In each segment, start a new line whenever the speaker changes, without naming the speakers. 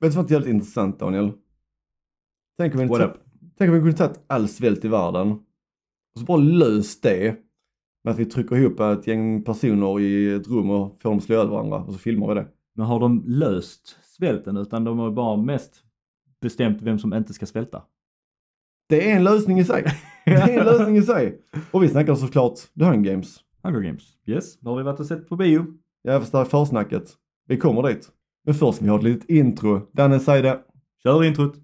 Vet du vad som är jävligt intressant Daniel? Tänk om vi,
What
ta- tänk om vi kunde tagit all svält i världen och så bara löst det med att vi trycker ihop ett gäng personer i ett rum och får dem slå ihjäl varandra och så filmar vi det.
Men har de löst svälten utan de har bara mest bestämt vem som inte ska svälta?
Det är en lösning i sig. Det är en lösning i sig. Och vi snackar såklart The Hunger Games.
Hunger Games. Yes, det har vi varit och sett på bio.
Jag förstår försnacket. Vi kommer dit. Men först ska vi ha ett litet intro. Danne, säg det.
Kör introt!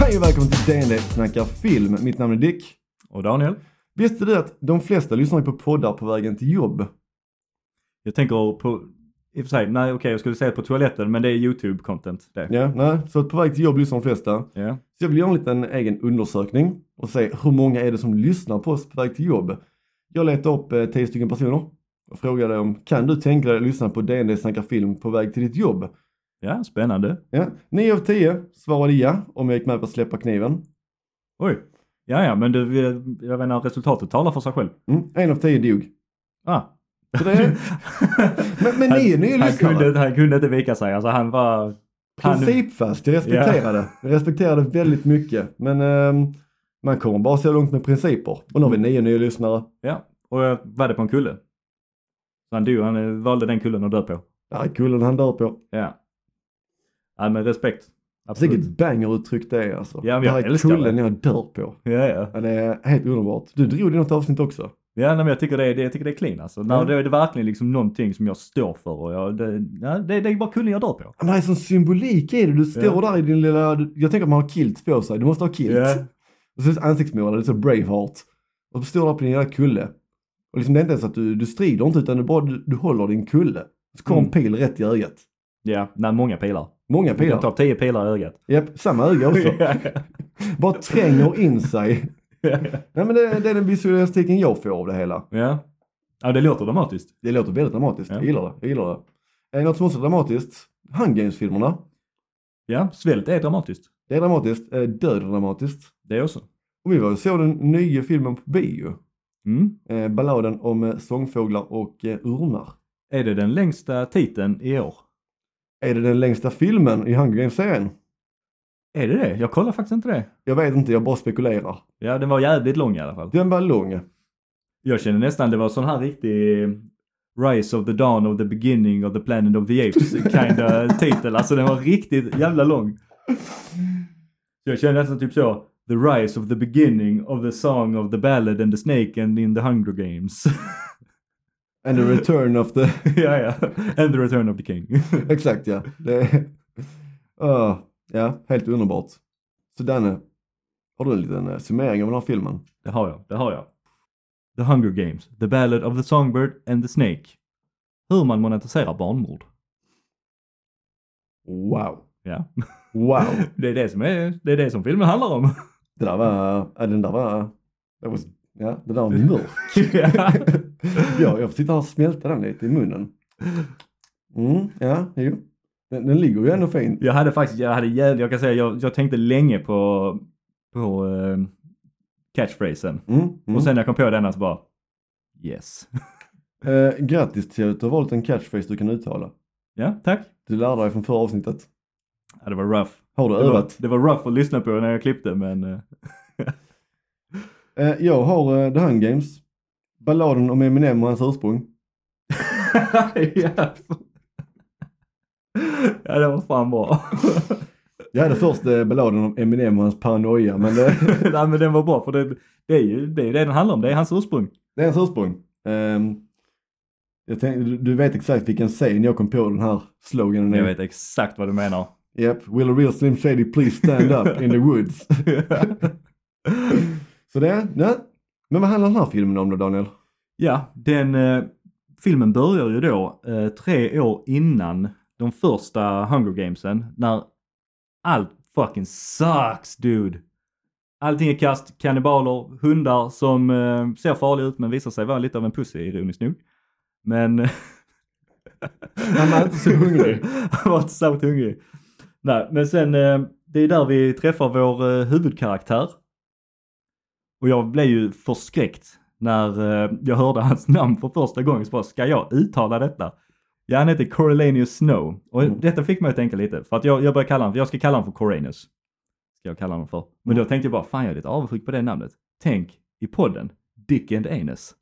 Hej och välkommen till DND snackar film. Mitt namn är Dick.
Och Daniel,
Visste du att de flesta lyssnar ju på poddar på vägen till jobb?
jag tänker på, i och för sig, nej okej jag skulle säga på toaletten men det är YouTube content det.
Ja, nej, så att på väg till jobb lyssnar de flesta.
Ja.
Så jag vill göra en liten egen undersökning och se hur många är det som lyssnar på oss på väg till jobb. Jag letade upp eh, 10 stycken personer och frågade om kan du tänka dig att lyssna på DND snackar film på väg till ditt jobb?
ja, spännande.
Ja, 9 av 10 svarade ja om jag gick med på att släppa kniven.
Oj! Ja, ja, men du, eh, jag menar resultatet talar för sig själv.
Mm, en av 10 dog.
Ah.
Så det är, men, men ni är ju
han, kunde,
lyssnare.
inte- han kunde inte vika sig, alltså han var... han-
Principfast, jag respekterade. Jag respekterade väldigt mycket. Men ehm, man kommer bara så långt med principer. Och nu har vi nio nya lyssnare.
Ja, och jag var det på en kulle. Så han dog, han eh, valde den kullen att dö på.
Ja, kullen han dör på.
Ja. Ja men respekt. Absolut.
Vilket banger-uttryck det är alltså.
Ja, men
det
jag
här är
älskar
kullen
det.
jag dör på.
Ja, ja.
Ja, det är helt underbart. Du drog det i något avsnitt också.
ja nej, men jag tycker det är, det, jag tycker det är clean alltså. När
Ja.
Då är det verkligen liksom någonting som jag står för och jag, det, ja, det, det är bara kullen jag dör på.
Ja, Men det är sån symbolik i det. Du står
Ja.
där i din lilla... Jag tänker att man har kilt på sig. Du måste ha kilt.
Ja.
Och så är det ansiktsmålad, det är så Braveheart. Och så står du där på din jävla kulle. Och liksom det är inte ens att du, du strider inte utan du bara du, du håller din kulle. Så kommer
Mm.
en pil rätt i ögat.
Ja, nej, många pilar.
Många
Du kan
pilar.
ta tio pilar i ögat.
Japp, samma öga också. bara tränger in sig. Nej men det, det är den visualistiken jag får av det hela.
ja. ja, det låter dramatiskt.
Det låter väldigt dramatiskt.
Ja.
Jag gillar det. Jag gillar det. Eh, Något som också är dramatiskt, Handgames-filmerna.
Ja, svält är dramatiskt.
Det är dramatiskt. Eh, Död är dramatiskt.
Det är också.
Och vi var och såg den nya filmen på bio.
Mm.
Eh, Balladen om eh, sångfåglar och eh, urnar.
Är det den längsta titeln i år?
Är det den längsta filmen i Hunger Games-serien?
Är det det? Jag kollar faktiskt inte det.
Jag vet inte, jag bara spekulerar.
Ja, den var jävligt lång i alla fall.
Den var lång.
Jag känner nästan det var sån här riktig eh, Rise of the Dawn of the Beginning of the Planet of the Apes kinda titel. Alltså den var riktigt jävla lång. Så jag känner nästan typ så. The Rise of the Beginning of the Song of the Ballad and the Snake and in the Hunger Games.
And the return of the...
ja, ja. And the Return of the King.
Exakt ja. Det Ah, ja, helt underbart. Så Danne, har du en liten eh, summering av den här filmen?
det har jag, det har jag. The Hunger Games, The Ballad of the Songbird and the Snake. Hur man monetiserar barnmord.
Wow.
Ja,
Wow.
det är det som, är, det är det som filmen handlar om.
Det där var, ja, den där var, det var, ja, det där var mörk.
ja.
ja, jag får sitta här och smälta den lite i munnen. Mm, ja, jo. Den, den ligger ju ändå fint.
Jag hade faktiskt, jag hade jävligt, jag kan säga jag, jag tänkte länge på, på eh, catchphrasen.
Mm, mm.
Och sen när jag kom på denna så bara yes.
eh, grattis till att du har valt en catchphrase du kan uttala.
Ja, tack. Ja,
Du lärde dig från förra avsnittet.
det var rough.
Har du
Det var,
övat?
det var rough att lyssna på när jag klippte men eh,
Eh, jag har eh, The Hunger Games, balladen om Eminem och hans ursprung.
ja. ja, det var fan bra.
Jag hade först eh, balladen om Eminem och hans paranoia, men det,
Nej men den var bra för det, det är ju det, är ju det den handlar om, det är hans ursprung.
det är hans ursprung. Ehm, jag tänkte, du, du vet exakt vilken scen jag kom på den här sloganen
Jag
i.
vet exakt vad du menar.
Yep, will a real Slim Shady please stand up in the woods? Så det, nej. Men vad handlar den här filmen om då Daniel?
Ja, den eh, filmen börjar ju då eh, tre år innan de första Hunger Gamesen när allt fucking sucks dude. Allting är kast, kannibaler, hundar som eh, ser farliga ut men visar sig vara lite av en pussy ironiskt nog. Men...
Han var inte så hungrig.
Han var inte särskilt hungrig. Nej, men sen eh, det är där vi träffar vår eh, huvudkaraktär. Och jag blev ju förskräckt när eh, jag hörde hans namn för första gången. Så bara, ska jag uttala detta? Ja, han heter Corelanius Snow. Och
Mm.
detta fick mig att tänka lite. För att jag, jag började kalla honom, för jag ska kalla honom för Corelanius. Ska jag kalla honom för. Men
Mm.
då tänkte jag bara, fan jag är lite avundsjuk på det namnet. Tänk i podden, Dick and Anus.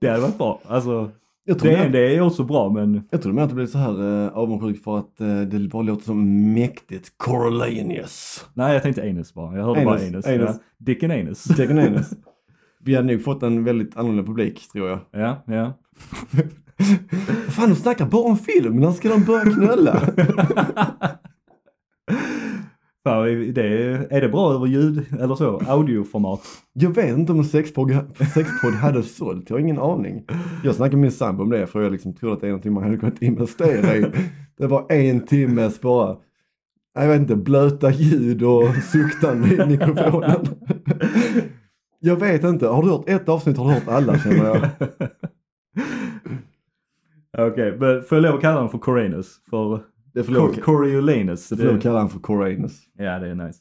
det hade varit bra. Alltså,
Jag tror
det,
det.
det är också bra men
Jag trodde mer att du blev så här eh, avundsjuk för att eh, det bara låter som mäktigt. Corelanius.
nej jag tänkte anus bara. Jag hörde bara
Anus,
anus.
anus.
Ja. Dick and Anus.
Degonanus. Vi hade nog fått en väldigt annorlunda publik tror jag.
Ja, ja.
Fan, de snackar bara om film. När ska de börja knulla?
Fan, är det, är det bra över ljud eller så? Audioformat?
Jag vet inte om sexpodd, sexpodd hade sålt. Jag har ingen aning. Jag snackade med min sambo om det för jag liksom trodde att det är någonting man hade kunnat investera i. Det var en timmes bara, jag vet inte, blöta ljud och suktande i mikrofonen. Jag vet inte. Har du hört ett avsnitt har du hört alla känner jag.
Okej, men får jag lov att kalla honom för Coranus? För
Det får lov
Cor- Coriolanus?
det får lov att
Det,
kalla han för Coranus.
ja, det är nice.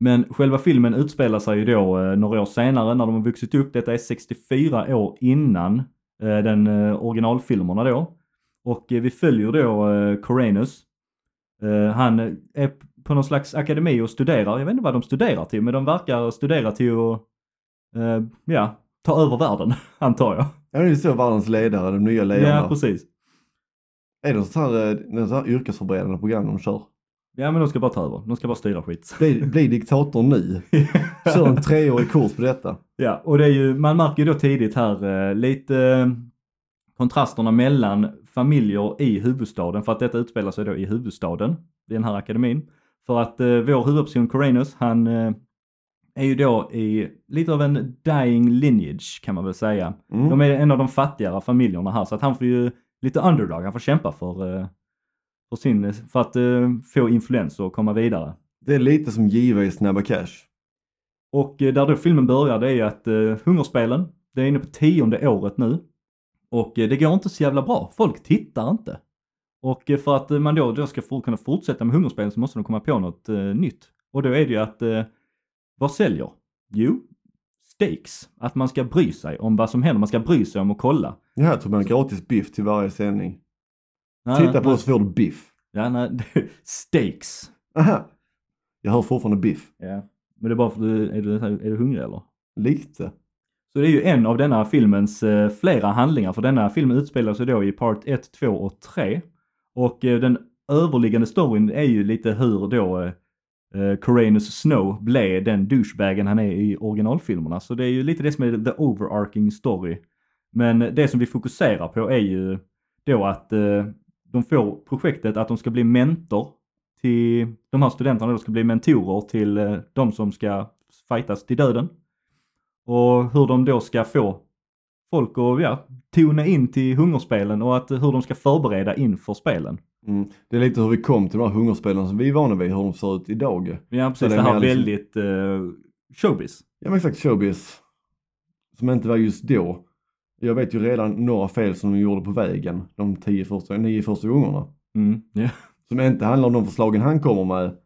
Men själva filmen utspelar sig ju då eh, några år senare när de har vuxit upp. Detta är 64 år innan eh, den eh, originalfilmerna då. Och eh, vi följer då eh, Coranus. Eh, han eh, är p- på någon slags akademi och studerar. Jag vet inte vad de studerar till men de verkar studera till att eh, ja, ta över världen antar jag.
Ja, det är så världens ledare, de nya ledarna.
Ja precis.
är det sånt här, eh, det är så här yrkesförberedande program de kör?
Ja men de ska bara ta över. De ska bara styra skit.
Bli, bli diktator nu. Kör en treårig kurs på detta.
Ja, och det är ju, man märker ju då tidigt här eh, lite eh, kontrasterna mellan familjer i huvudstaden, för att detta utspelar sig då i huvudstaden, i den här akademin. För att eh, vår huvudperson Coranus, han eh, är ju då i lite av en dying lineage kan man väl säga.
Mm.
De är en av de fattigare familjerna här, så att han får ju lite underdog, han får kämpa för, eh, för, sin, för att eh, få influens och komma vidare.
Det är lite som JW i Snabba Cash.
Och eh, där då filmen börjar det är ju att eh, Hungerspelen, det är inne på tionde året nu. Och eh, det går inte så jävla bra. Folk tittar inte. Och eh, för att eh, man då, då ska få, kunna fortsätta med Hungerspelen så måste de komma på något eh, nytt. Och då är det ju att, eh, vad säljer? Jo, stakes. Att man ska bry sig om vad som händer. Man ska bry sig om att kolla.
Ja, jag tog man gratis biff till varje sändning.
Nej,
Titta
nej,
på oss får du biff.
Ja, nej, stakes.
Aha. Jag hör fortfarande biff.
Ja. Men det är bara för att du, är du, är du hungrig eller?
Lite.
Så det är ju en av denna filmens eh, flera handlingar, för denna film utspelar sig då i part 1, 2 och 3. Och eh, den överliggande storyn är ju lite hur då eh, eh, Coranus Snow blev den douchebagen han är i originalfilmerna. Så det är ju lite det som är the overarching story. Men det som vi fokuserar på är ju då att eh, de får projektet att de ska bli mentor till de här studenterna, de ska bli mentorer till eh, de som ska fightas till döden. Och hur de då ska få folk att ja, tona in till hungerspelen och att, eh, hur de ska förbereda inför spelen.
Mm. Det är lite hur vi kom till de här hungerspelen som vi är vana vid, hur de ser ut idag.
Ja precis,
det
det,
är
här
mer liksom-
väldigt eh, showbiz.
Ja men exakt showbiz. Som inte var just då. Jag vet ju redan några fel som de gjorde på vägen. De tio första, nio första gångerna.
Mm. Ja.
Som inte handlar om de förslagen han kommer med.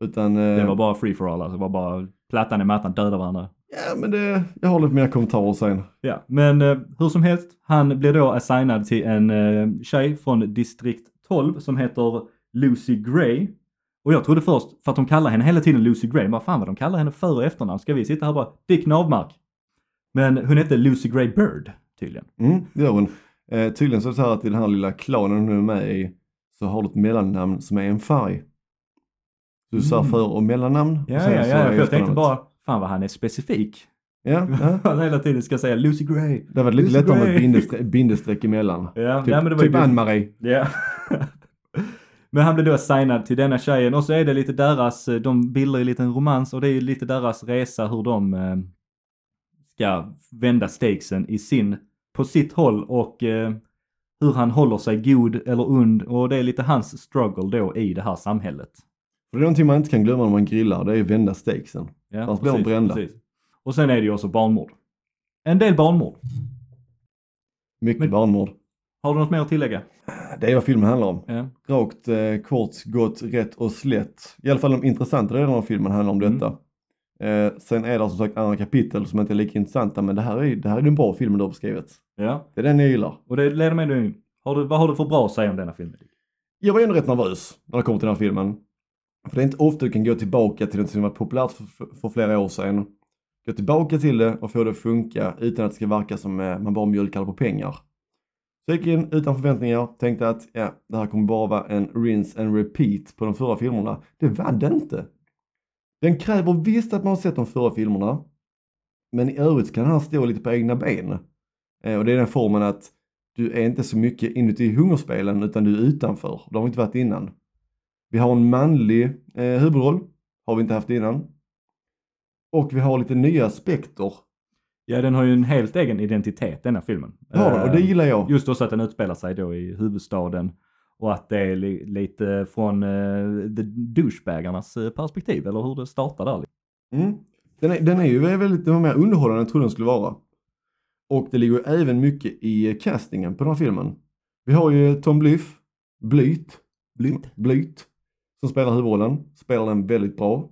Utan... eh,
Det var bara free for all alltså, det var bara plattan i mattan, döda varandra.
Ja men det, jag håller på mina kommentarer sen.
Ja, men eh, hur som helst, han blir då assignad till en eh, tjej från distrikt 12 som heter Lucy Gray. Och jag trodde först, för att de kallar henne hela tiden Lucy Gray, vad fan vad de kallar henne för och efternamn, ska vi sitta här och bara Dick Navmark? Men hon hette Lucy Gray Bird tydligen.
Mm, det gör hon. Eh, tydligen så är det så här att i den här lilla klanen hon är med i så har du ett mellannamn som är en färg. Du sa
Mm.
för och mellannamn.
Ja,
och
ja,
sen
ja,
så är
för jag tänkte
efternamnet.
bara, fan vad han är specifik.
Ja, ja.
Han hela tiden ska säga Lucy Gray.
Det var lite
Lucy
lättare med
Gray.
bindestreck, bindestreck emellan.
Ja,
Typ,
nej, men det var
typ
ju-
Ann-Marie.
Ja. Men han blev då signad till denna tjejen och så är det lite deras, eh, de bildar ju lite en romans och det är ju lite deras resa hur de eh, ska vända stakesen i sin, på sitt håll och eh, hur han håller sig god eller ond och det är lite hans struggle då i det här samhället.
För det är någonting man inte kan glömma när man grillar, det är vända steksen.
Ja,
Annars blir de brända.
Och sen är det ju också barnmord. En del barnmord.
Mycket
Men-
barnmord.
Har du något mer att tillägga?
Det är vad filmen handlar om.
Ja.
Rakt, eh, kort, gott, rätt och slätt. I alla fall de intressanta delarna av filmen handlar om
Mm.
detta. Eh, sen är det som sagt andra kapitel som inte är lika intressanta men det här är, det här är en bra film du har beskrivit.
ja.
Det är den jag gillar.
Och det leder mig nu in. Har du, vad har du för bra att säga om denna film?
Jag var ändå rätt nervös när det kom till den här filmen. För det är inte ofta du kan gå tillbaka till något som var populärt för, för flera år sedan. Gå tillbaka till det och få det att funka utan att det ska verka som eh, man bara mjölkar på pengar. Så jag gick in utan förväntningar, tänkte att ja, det här kommer bara vara en rinse and repeat på de förra filmerna. Det var det inte. Den kräver visst att man har sett de förra filmerna. Men i övrigt kan han stå lite på egna ben. Eh, Och det är den formen att du är inte så mycket inuti hungerspelen utan du är utanför. Det har vi inte varit innan. Vi har en manlig eh, huvudroll. Har vi inte haft innan. Och vi har lite nya aspekter.
Ja, den har ju en helt egen identitet denna filmen. Ehm,
Har vi, och det gillar jag.
Just också att den utspelar sig då i huvudstaden och att det är li- lite från eh, the douchebagarnas eh, perspektiv eller hur det startar där.
Mm. Den, är, den är ju väldigt den var mer underhållande än jag trodde den skulle vara. Och det ligger ju även mycket i eh, castingen på den här filmen. Vi har ju Tom Blyth, Blyth,
Blyth.
Blyth, som spelar huvudrollen. Spelar den väldigt bra.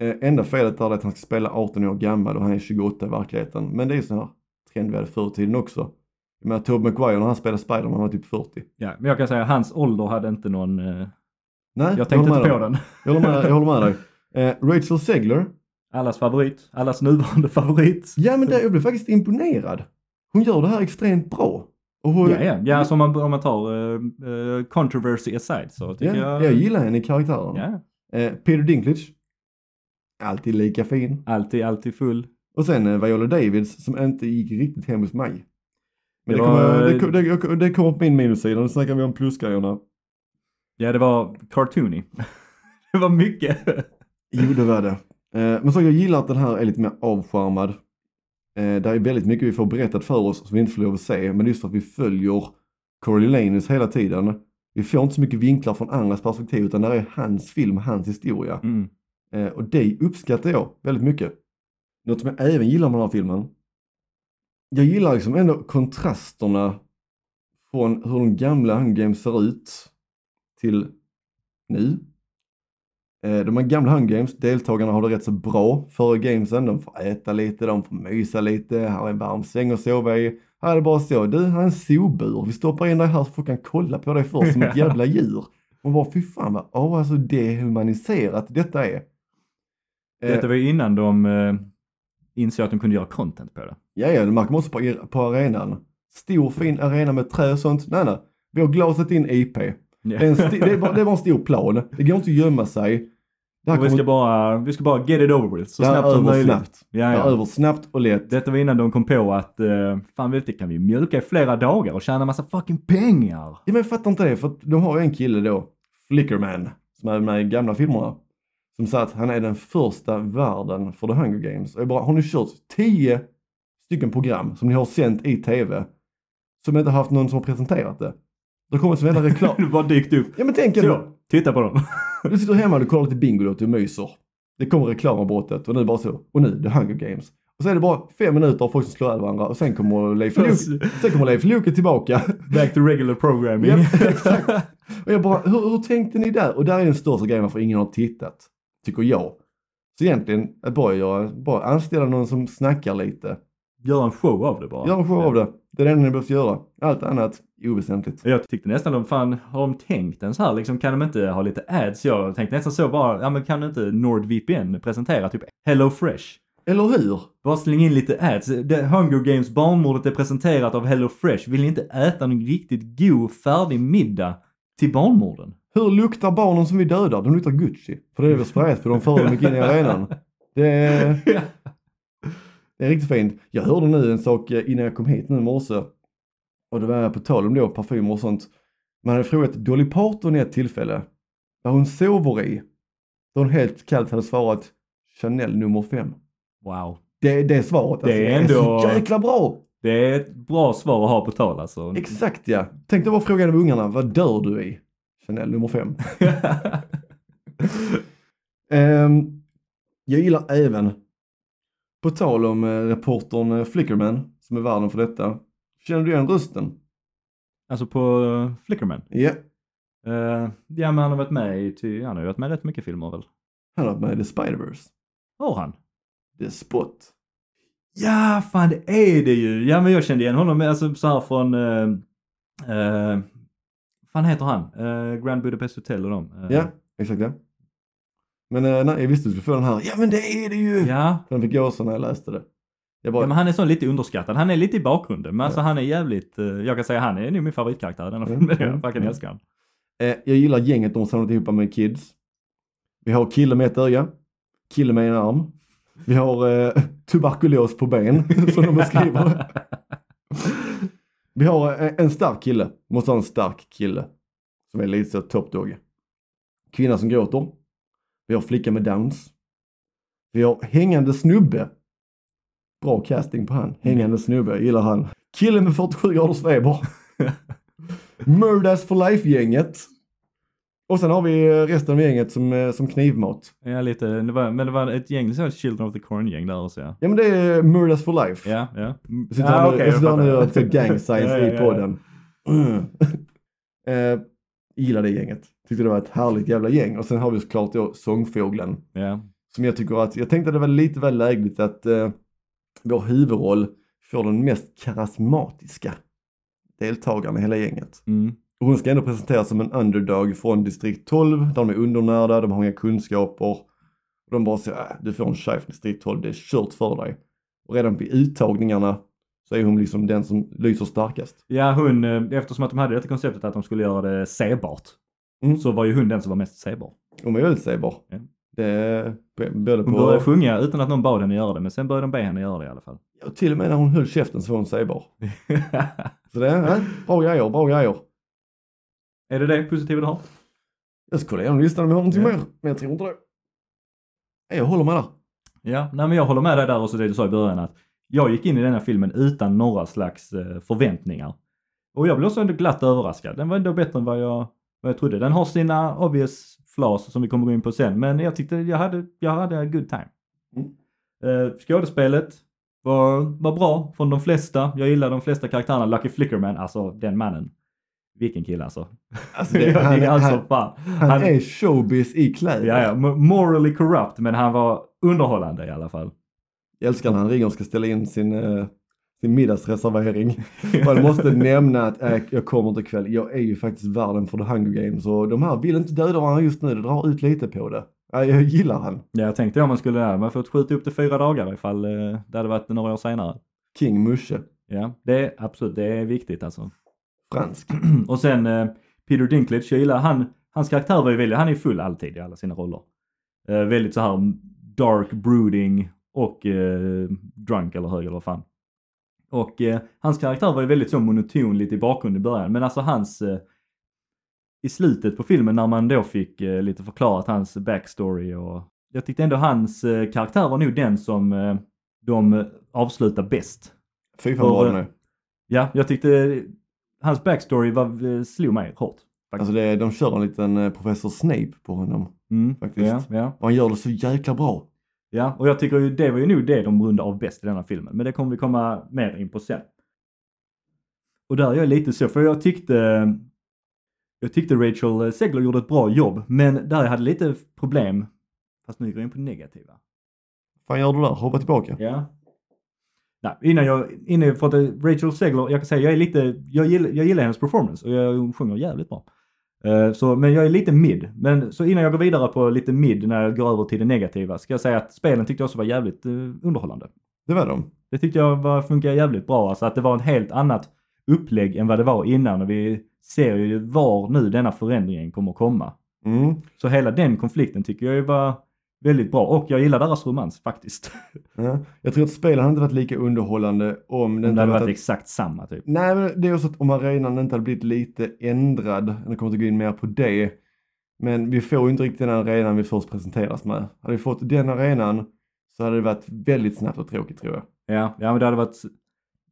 Eh, enda felet där är att han ska spela 18 år gammal och han är 28 i verkligheten. Men det är ju sån här trend vi hade förr i tiden också. Jag menar Tobey Maguire när han spelade Spiderman han var typ 40.
Ja, men jag kan säga hans ålder hade inte någon... Eh,
Nej,
jag tänkte
håller
inte
med
på
dig.
den.
Jag håller med, jag håller med dig. Eh, Rachel Segler.
Allas favorit. Allas nuvarande favorit.
Ja men det, jag blev faktiskt imponerad. Hon gör det här extremt bra. Och hon,
Ja, ja. ja alltså om, man, om man tar eh, eh, controversy aside så tycker
Ja,
jag...
jag gillar henne i karaktären.
Ja,
Eh, Peter Dinklage. Alltid lika fin.
alltid, alltid full.
Och sen eh, Viola Davids som inte gick riktigt hem hos mig. Men det
Det
kommer,
var-
det, kom- det, det, det kommer på min minussida, nu snackar vi om plusgrejerna.
Ja, det var cartoony. det var mycket.
Jo, det var det. Eh, Men så jag gillar att den här är lite mer avskärmad. Eh, Det är väldigt mycket vi får berättat för oss som vi inte får lov att se, men det är just för att vi följer Coriolanus hela tiden. Vi får inte så mycket vinklar från andras perspektiv, utan det här är hans film, hans historia.
Mm.
Eh, och det uppskattar jag väldigt mycket. Något som jag även gillar med den här filmen. Jag gillar liksom ändå kontrasterna från hur de gamla Hunger Games ser ut till nu. Eh, De här gamla Hunger Games, deltagarna har det rätt så bra före gamesen. De får äta lite, de får mysa lite, här är en varm säng att sova i. Här är det bara så, du här är en sobur, vi stoppar in dig här så folk kan kolla på dig först som ett jävla djur. Man bara, fy fan vad oh, alltså dehumaniserat detta är. Eh,
Detta var ju innan de eh, insåg att de kunde göra content på det.
Ja, ja, det märker man också på, er- på arenan. Stor fin arena med trä och sånt. Nej, nej. Vi har glaset in IP. Det
Ja.
är, en sti- det, är bara, det är bara en stor plan. Det går inte att gömma sig. Det här
Och vi, ska bara, vi ska bara get it over with så
det här är
snabbt som
över
möjligt.
snabbt.
Ja,
Det är
ja.
över snabbt och lätt.
Detta var innan de kom på att eh, fan vet du, kan vi mjölka i flera dagar och tjäna massa fucking pengar.
Ja, men jag fattar inte det, för att de har ju en kille då, Flickerman, som är med i gamla filmerna, som sa att han är den första världen för The Hunger Games. Och jag bara, har ni kört 10 stycken program som ni har sänt i tv, som inte har haft någon som har presenterat det? Det har kommit som en jävla reklam.
Det bara dykt upp.
Ja men tänk ändå,
Så, titta på dem.
du sitter hemma och du kollar lite Bingolotto och myser. Det kommer reklamavbrottet och nu bara så, och nu The Hunger Games. Och så är det bara fem minuter av folk som slår ihjäl varandra och sen kommer Leif Loke- sen kommer Leif Loke tillbaka.
Back to regular programming.
Japp, exakt. Och jag bara, hur, hur tänkte ni där? Och där är den största grejen varför ingen har tittat, tycker jag. Så egentligen, är bara, jag, bara anställa någon som snackar lite.
Gör en show av det bara.
Gör en show av det. Det är det enda ni behöver göra. Allt annat, är oväsentligt.
Jag tyckte nästan de fan, har de tänkt ens här liksom, kan de inte ha lite ads? Jag tänkte nästan så bara, ja men kan inte NordVPN presentera typ Hello Fresh?
Eller hur?
Bara släng in lite ads. The Hunger Games barnmordet är presenterat av Hello Fresh. Vill ni inte äta en riktigt god färdig middag till barnmorden?
Hur luktar barnen som vi dödar? De luktar Gucci. För det är väl sprayat på dem före de gick in i arenan. Det är, det är riktigt fint. Jag hörde nu en sak eh, innan jag kom hit nu i morse. Och det var på tal om då parfymer och sånt. Man hade frågat Dolly Parton i ett tillfälle. Vad hon sover i. Då hon helt kallt hade svarat Chanel nummer 5.
Wow.
Det, det är svaret.
Det är ändå-
så jäkla bra!
Det är ett bra svar att ha på tal alltså.
Exakt ja. Tänk dig bara fråga de ungarna. Vad dör du i? Chanel nummer 5. Ehm, jag gillar även, på tal om eh, reportern eh, Flickerman, som är värden för detta, känner du igen rösten?
Alltså på uh, Flickerman.
Ja,
Eh, ja, men han har varit med i, ty, han har ju varit med i rätt mycket filmer väl?
han har varit med i The Spider-Verse.
Har han?
The Spot.
Ja, fan det är det ju! Ja, men jag kände igen honom alltså, så här från... Uh, uh, fan heter han? Eh, Grand Budapest Hotel och dem. Eh,
Ja, exakt ja. Men eh, nej, jag visste du skulle få den här. Ja men det är det ju!
Ja.
Den fick jag också när jag läste det. Jag
Ja,
bara,
men han är så lite underskattad. Han är lite i bakgrunden. Men alltså han är jävligt, eh, jag kan säga han är nog min favoritkaraktär i denna
Mm,
filmen.
mm,
Jag fucking
mm.
älskar han.
eh, jag gillar gänget de har samlat ihop med kids. Vi har kille med ett öga, kille med en arm. Vi har eh, tuberkulos på ben, som de beskriver. Vi har eh, en stark kille, måste ha en stark kille. Som är lite så toppdog. Kvinna som gråter. Vi har flicka med downs. Vi har hängande snubbe. Bra casting på han. Hängande snubbe, jag gillar han. Kille med 47 graders feber. Murders for life-gänget. Och sen har vi eh, resten av gänget som, eh, som knivmat.
Ja, lite, det var, men det var ett gäng, så här Children of the Corn-gäng där också ja.
Ja men det är Murders for life.
Ja, Mm. Ah, ja.
Jag sitter här nu- jag sitter här nu och gör lite gang science
Ja, ja,
i
ja.
podden. eh, gillar det gänget. Tyckte det var ett härligt jävla gäng. Och sen har vi såklart då Sångfågeln.
Ja,
Som jag tycker att, jag tänkte att det var lite väl lägligt att eh, vår huvudroll får den mest karismatiska deltagaren i hela gänget.
mm.
Och hon ska ändå presenteras som en underdog från distrikt 12 där de är undernärda, de har inga kunskaper. Och de bara säger, äh, du får en tjej från distrikt 12, det är kört för dig. Och redan vid uttagningarna så är hon liksom den som lyser starkast.
ja hon, eh, eftersom att de hade detta konceptet att de skulle göra det sebart.
Mm.
Så var ju hon den som var mest sebar.
Hon är väldigt sägbar.
Ja.
Det är b- både
Hon började
på...
sjunga utan att någon bad henne göra det, men sen började de be henne göra det i alla fall.
Ja, till och med när hon höll käften så var hon sägbar. Så det är äh, bra grejer, bra grejer.
är det det positiva du har?
Jag skulle gärna lyssna om jag har någonting
Ja.
mer, men jag tror inte det. Nej, Jag håller med där.
Ja, nej, men jag håller med dig där och så det du sa i början att jag gick in i denna filmen utan några slags eh, förväntningar. Och jag blev också ändå glatt överraskad. Den var ändå bättre än vad jag, vad jag trodde. Den har sina obvious flaws som vi kommer gå in på sen, men jag tyckte jag hade, jag hade a good time.
Mm.
Eh, skådespelet var, var bra från de flesta. Jag gillar de flesta karaktärerna. Lucky Flickerman, alltså den mannen. Vilken kille alltså.
Alltså,
Det,
det,
jag
han,
gillar
han,
alltså
han,
fan.
är showbiz i kläder.
ja, ja, mo- morally corrupt, men han var underhållande i alla fall.
Jag älskar när han ringer och ska ställa in sin, eh, sin middagsreservering. Man måste nämna att äh, jag kommer inte ikväll. Jag är ju faktiskt värden för The Hunger Games och de här vill inte döda varandra just nu. Det drar ut lite på det. Äh, jag gillar han.
Ja, jag tänkte om man skulle där. Man får skjuta upp det fyra dagar ifall eh, det hade varit några år senare.
King Musche.
Ja, det är absolut, det är viktigt alltså.
Fransk.
och sen eh, Peter Dinklage, jag gillar han, hans karaktär var ju väldigt, han är full alltid i alla sina roller. Eh, väldigt så här dark brooding och eh, drunk eller hög eller vad fan. Och eh, hans karaktär var ju väldigt så monoton lite i bakgrunden i början men alltså hans eh, i slutet på filmen när man då fick eh, lite förklarat hans backstory och jag tyckte ändå hans eh, karaktär var nog den som eh, de eh, avslutar bäst.
Fy fan vad bra den är.
Ja, jag tyckte eh, hans backstory var, eh, slog mig hårt.
Alltså det, de kör en liten eh, professor Snape på honom.
Mm,
Faktiskt.
Ja, ja,
Och han gör det så jäkla bra.
ja, och jag tycker ju det var ju nog det de rundade av bäst i denna filmen. Men det kommer vi komma mer in på sen. Och där är jag lite så, för jag tyckte jag tyckte Rachel Zegler gjorde ett bra jobb, men där jag hade lite problem. Fast nu går jag in på det negativa.
Fan gör du där? Hoppa tillbaka.
Ja. Nej, innan jag, innan jag pratade Rachel Segler, jag kan säga jag är lite, jag gillar, jag gillar hennes performance och jag, hon sjunger jävligt bra. Eh, Så, men jag är lite mid. Men så innan jag går vidare på lite mid när jag går över till det negativa ska jag säga att spelen tyckte jag också var jävligt eh, underhållande.
Det var de.
Det tyckte jag var, funkade jävligt bra. Alltså att det var ett helt annat upplägg än vad det var innan och vi ser ju var nu denna förändringen kommer komma.
Mm.
Så hela den konflikten tycker jag ju var väldigt bra och jag gillar deras romans faktiskt.
Ja. Jag tror att spelet hade inte varit lika underhållande om det
Om det
inte
hade
varit
varit
att
exakt samma typ.
Nej, men det är också att om arenan inte hade blivit lite ändrad, jag kommer inte gå in mer på det, men vi får ju inte riktigt den arenan vi först presenteras med. Hade vi fått den arenan så hade det varit väldigt snabbt och tråkigt tror jag.
Ja, ja men det hade varit,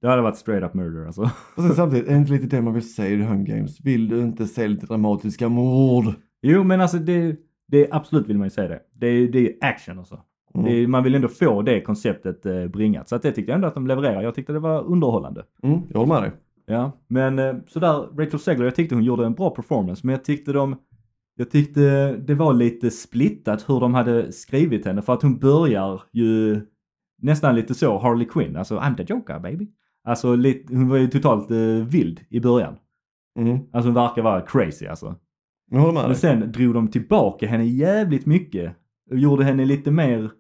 det hade varit straight up murder alltså.
Och sen samtidigt, är det inte lite det man vill se i The Hunger Games? Vill du inte se lite dramatiska mord?
Jo men alltså det, det absolut vill man ju säga det. Det, är- det är ju action alltså.
Mm.
Det, är- man vill ändå få det konceptet eh, bringat. Så att det tyckte jag ändå att de levererar. Jag tyckte det var underhållande.
Mm, jag håller med dig.
Ja, men eh, sådär Rachel Zegler, jag tyckte hon gjorde en bra performance men jag tyckte de jag tyckte det var lite splittat hur de hade skrivit henne för att hon börjar ju nästan lite så Harley Quinn, alltså I'm the Joker baby. Alltså lite, hon var ju totalt eh, vild i början.
Mm.
Alltså hon verkar vara crazy alltså.
Jag håller med
Men
dig.
sen drog de tillbaka henne jävligt mycket. Och gjorde henne lite mer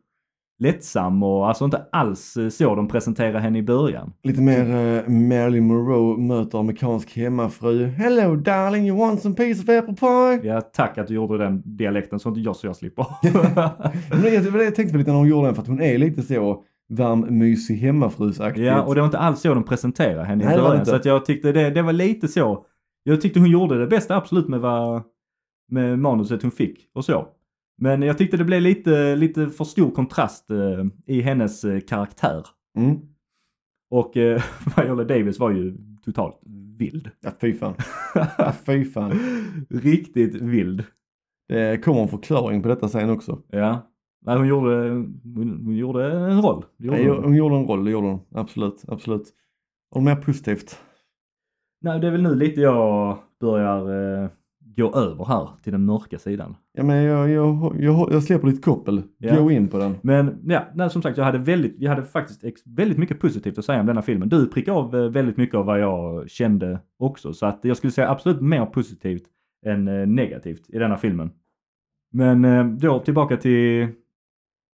lättsam och alltså inte alls eh, så de presenterade henne i början.
Lite mer eh, Marilyn Monroe möter amerikansk hemmafru. Hello darling, you want some piece of apple pie?
Ja, tack att du gjorde den dialekten så inte jag så jag slipper.
Men det det var det jag tänkte på lite när hon gjorde den för att hon är lite så varm, mysig hemmafrusaktigt.
ja, och det var inte alls så de presenterade henne i
Nej, det var det
början.
inte.
Så att jag tyckte det, det var lite så. Jag tyckte hon gjorde det bästa absolut med, vad, med manuset hon fick och så. Men jag tyckte det blev lite, lite för stor kontrast eh, i hennes eh, karaktär.
Mm.
Och eh, Viola Davis var ju totalt vild.
Ja, fy fan. Ja, fy fan.
Riktigt vild.
Det kommer en förklaring på detta sen också.
Ja. Nej, hon gjorde, hon, hon gjorde en roll. Det Gjorde
Nej,
hon.
hon gjorde en roll, det gjorde hon. Absolut, absolut. Och mer positivt.
Nej, det är väl nu lite jag börjar eh, gå över här till den mörka sidan.
Ja, men jag, jag, jag, jag släpper ditt koppel.
Ja.
Gå in på den.
Men ja, nej, som sagt, jag hade, väldigt, jag hade faktiskt ex- väldigt mycket positivt att säga om denna filmen. Du prickade av eh, väldigt mycket av vad jag kände också. Så att jag skulle säga absolut mer positivt än eh, negativt i denna filmen. Men eh, då tillbaka till,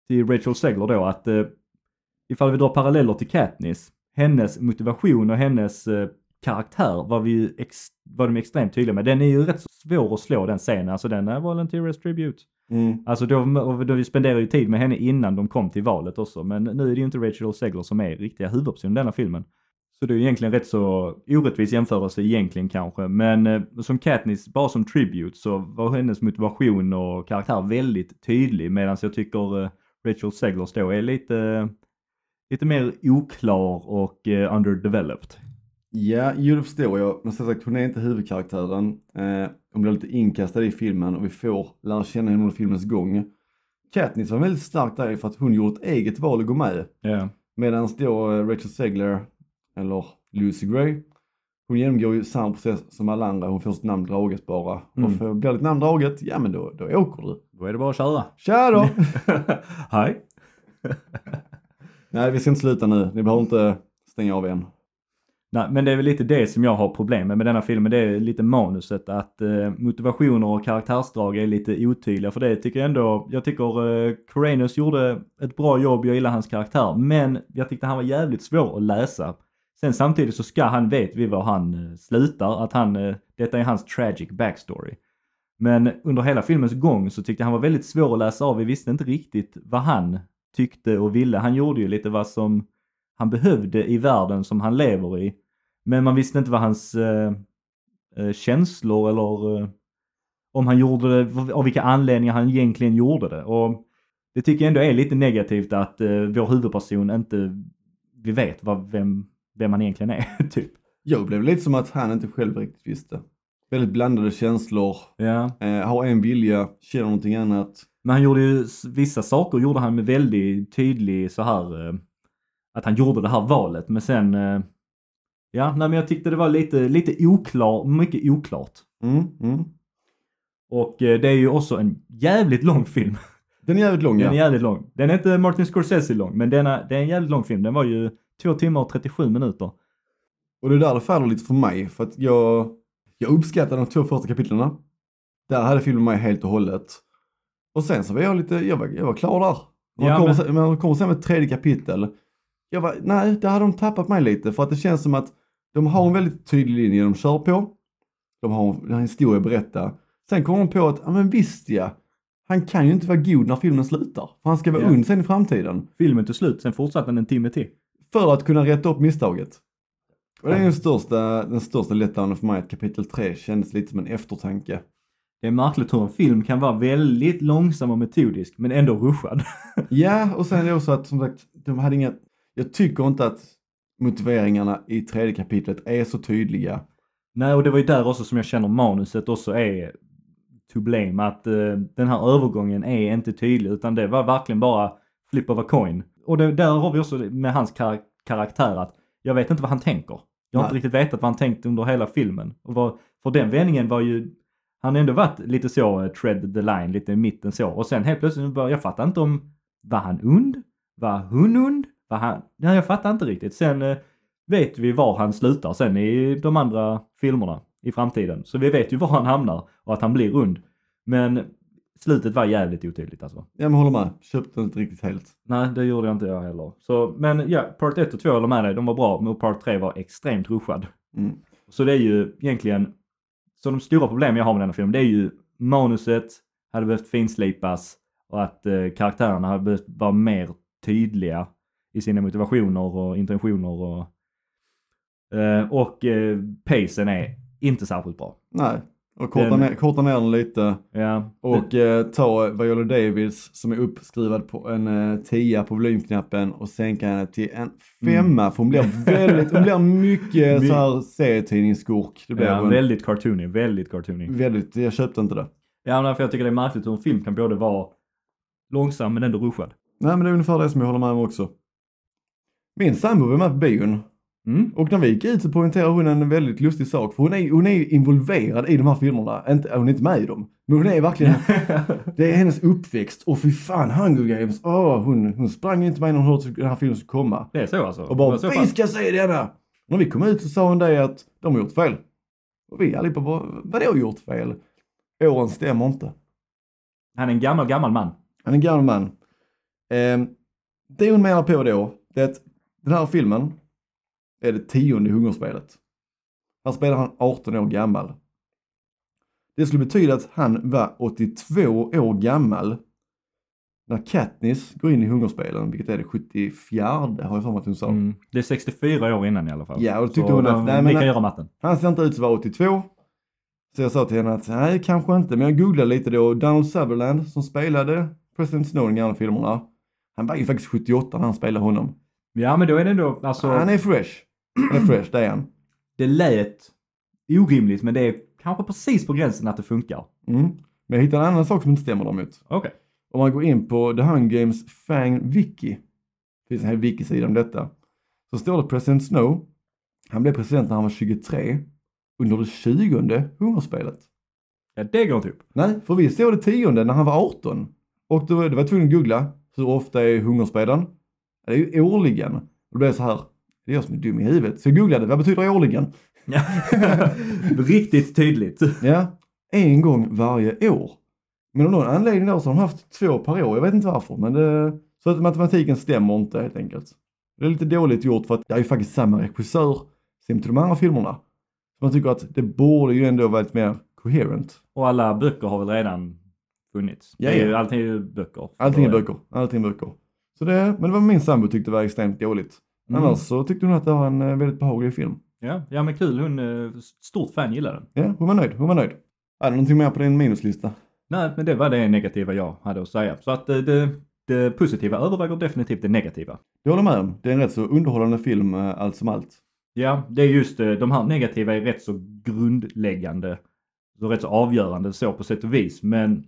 till Rachel Zegler då att eh, ifall vi drar paralleller till Katniss, hennes motivation och hennes eh, karaktär var, vi ju ex, var de extremt tydliga med. Den är ju rätt så svår att slå den scenen, alltså den är Volunteer's Tribute.
Mm.
Alltså då, och då vi spenderar ju tid med henne innan de kom till valet också. Men nu är det ju inte Rachel Zegler som är riktiga huvudpersonen i denna filmen. Så det är ju egentligen rätt så orättvis jämförelse egentligen kanske. Men eh, som Katniss, bara som tribute, så var hennes motivation och karaktär väldigt tydlig. Medan jag tycker eh, Rachel Zeglers då är lite, lite mer oklar och eh, underdeveloped.
Ja, jo det förstår jag. Men som sagt, hon är inte huvudkaraktären. Eh, hon blir lite inkastad i filmen och vi får lära känna henne under filmens gång. Katniss var väldigt stark där för att hon gjorde ett eget val att gå med.
Ja,
Medan då eh, Rachel Zegler, eller Lucy Gray, hon genomgår ju samma process som alla andra. Hon får sitt namn draget bara.
Mm.
Och för, blir ditt namn draget, ja men då, då åker du.
då är det bara att köra.
Tja då!
Hej!
Nej, vi ska inte sluta nu. Ni behöver inte stänga av än.
Nej, men det är väl lite det som jag har problem med med denna filmen. Det är lite manuset att eh, motivationer och karaktärsdrag är lite otydliga. För det tycker jag ändå, jag tycker eh, Coranus gjorde ett bra jobb, jag gillar hans karaktär. Men jag tyckte han var jävligt svår att läsa. Sen samtidigt så ska han, vet vi var han eh, slutar, att han, eh, detta är hans tragic backstory. Men under hela filmens gång så tyckte jag han var väldigt svår att läsa av. Vi visste inte riktigt vad han tyckte och ville. Han gjorde ju lite vad som han behövde i världen som han lever i. Men man visste inte vad hans eh, eh, känslor eller eh, om han gjorde det, av vilka anledningar han egentligen gjorde det. Och det tycker jag ändå är lite negativt att eh, vår huvudperson inte, vi vet vad, vem, vem han egentligen är, typ.
Jag blev lite som att han inte själv riktigt visste. Väldigt blandade känslor.
Ja.
Eh, har en vilja, känner någonting annat.
Men han gjorde ju s- vissa saker gjorde han med väldigt tydlig så här eh, att han gjorde det här valet men sen eh, ja, nej men jag tyckte det var lite, lite oklar, mycket oklart.
Mm, mm.
Och eh, det är ju också en jävligt lång film.
Den är jävligt lång
Den är
ja.
jävligt lång. Den är inte Martin Scorsese lång men den är, det är en jävligt lång film. Den var ju 2 timmar och 37 minuter.
Och det är där det faller lite för mig. För att jag, jag uppskattar de två första kapitlen. Där hade filmen mig helt och hållet. Och sen så var jag lite, jag var, jag var klar där. När
Ja,
de kommer
men-
sen- när de kommer sen med ett tredje kapitel. Jag var, nej, där hade de tappat mig lite. För att det känns som att de har en väldigt tydlig linje de kör på. De har en, en historia att berätta. Sen kommer de på att, ja men visst ja. Han kan ju inte vara god när filmen slutar. För han ska vara
Ja.
ond sen i framtiden.
Filmen tog slut, sen fortsatte den en timme till.
För att kunna rätta upp misstaget. Och det är den största, den största lättnaden för mig att kapitel 3 kändes lite som en eftertanke.
Det är märkligt hur en film kan vara väldigt långsam och metodisk men ändå ruschad.
Ja, och sen är det också att som sagt, de hade inga... Jag tycker inte att motiveringarna i tredje kapitlet är så tydliga.
Nej, och det var ju där också som jag känner manuset också är to blame. Att eh, den här övergången är inte tydlig utan det var verkligen bara flip of a coin. Och det, där har vi också det med hans kar- karaktär att jag vet inte vad han tänker. Jag
Nej.
har inte riktigt vetat vad han tänkt under hela filmen. Och vad, för den vändningen var ju, han har ändå varit lite så eh, tread the line, lite i mitten så. Och sen helt plötsligt, bara, jag fattar inte om, var han ond? Var hon ond? Var han, nej jag fattar inte riktigt. Sen eh, vet vi var han slutar sen i de andra filmerna i framtiden. Så vi vet ju var han hamnar och att han blir ond. Men slutet var jävligt otydligt alltså.
Ja, men håller med. Köpte inte riktigt helt.
Nej, det gjorde jag inte jag heller. Så, men ja, part 1 och 2 jag håller med dig, de var bra, men part 3 var extremt ruschad.
Mm.
Så det är ju egentligen, så de stora problemen jag har med den här filmen, det är ju manuset hade behövt finslipas och att eh, karaktärerna hade behövt vara mer tydliga i sina motivationer och intentioner och, eh, och eh, pacen är inte särskilt bra.
Nej, och korta,
Den-
ner, korta ner den lite.
Ja,
Och
Mm.
eh, ta Viola Davis som är uppskrivad på en eh, tia på volymknappen och sänka henne till en femma
Mm.
för hon blir väldigt, hon blir mycket
My-
så här serietidningsskurk. Det blir Mm.
ja,
hon.
eh, väldigt cartoonig, väldigt cartoonig.
väldigt, jag köpte inte det.
Ja, men för jag tycker det är märkligt hur en film kan både vara långsam men ändå ruschad.
Nej men det är ungefär det som jag håller med om också. Min sambo var med på bion
Mm.
och när vi gick ut så poängterade hon en väldigt lustig sak för hon är, hon är ju involverad i de här filmerna. Inte, hon är inte med i dem, men hon är verkligen Det är hennes uppväxt och fy fan Hunger Games. Åh, hon, hon sprang inte med när hon hörde att den här filmen skulle komma.
det är så alltså?
Och bara
så
vi ska se denna! När vi kom ut så sa hon det att de har gjort fel. Och vi allihopa bara, vadå gjort fel? Åren stämmer inte.
Han är en gammal, gammal man.
Han är en gammal man. Ehm, det hon menar på då, det är att den här filmen är det tionde hungerspelet. Här spelar han 18 år gammal. Det skulle betyda att han var 82 år gammal när Katniss går in i hungerspelen, vilket är det 74 har jag för mig att hon sa.
Mm. Det är 64 år innan i alla fall.
Ja, och då tyckte
så,
hon att-
de-
nej, men-
Ni kan göra matten.
Han ser inte ut att vara 82. Så jag sa till henne att nej, kanske inte. Men jag googlade lite då. Donald Sutherland som spelade President Snow i de andra filmerna. Han var ju faktiskt 78 när han spelade honom.
Ja, men då är det ändå, alltså,
Så... Han är fresh. Han är fresh, det är han.
det lät orimligt men det är kanske precis på gränsen att det funkar.
Mm. Men jag hittade en annan sak som inte stämmer däremot.
Okej.
Om man går in på The Hunger Games Fang Wiki. Det finns en hel wiki-sida om detta. Så står det President Snow. Han blev president när han var 23. Under det 20 hungerspelet.
Ja, det går inte upp.
Nej, för vi såg det tionde när han var 18. Och då, det var jag tvungen att googla. Hur ofta är hungerspelaren? Det är ju årligen. Och då blev jag så här. Det är jag som är dum i huvudet. Så jag googlade. Vad betyder årligen?
Riktigt tydligt.
Ja, en gång varje år. Men av någon anledning då så har de haft två per år. Jag vet inte varför. Men det, så att matematiken stämmer inte helt enkelt. Det är lite dåligt gjort för att det är ju faktiskt samma regissör som till de andra filmerna. Så man tycker att det borde ju ändå varit mer coherent.
Och alla böcker har väl redan funnits.
Ja,
Det är ju-
ja.
Allting är ju böcker.
Allting är böcker. Allting är böcker. Så det, men det var min sambo tyckte det var extremt dåligt.
Mm.
Annars så tyckte hon att det var en eh, väldigt behaglig film.
Ja, ja, men kul. Hon, eh, stort fan gillar den.
Ja, hon var nöjd. Hon var nöjd. Är det någonting mer på din minuslista?
Nej, men det var det negativa jag hade att säga. Så att eh, det, det positiva överväger definitivt det negativa.
Jag håller med om. Det är en rätt så underhållande film eh, allt som allt.
Ja, det är just eh, de här negativa är rätt så grundläggande. Så rätt så avgörande så på sätt och vis. Men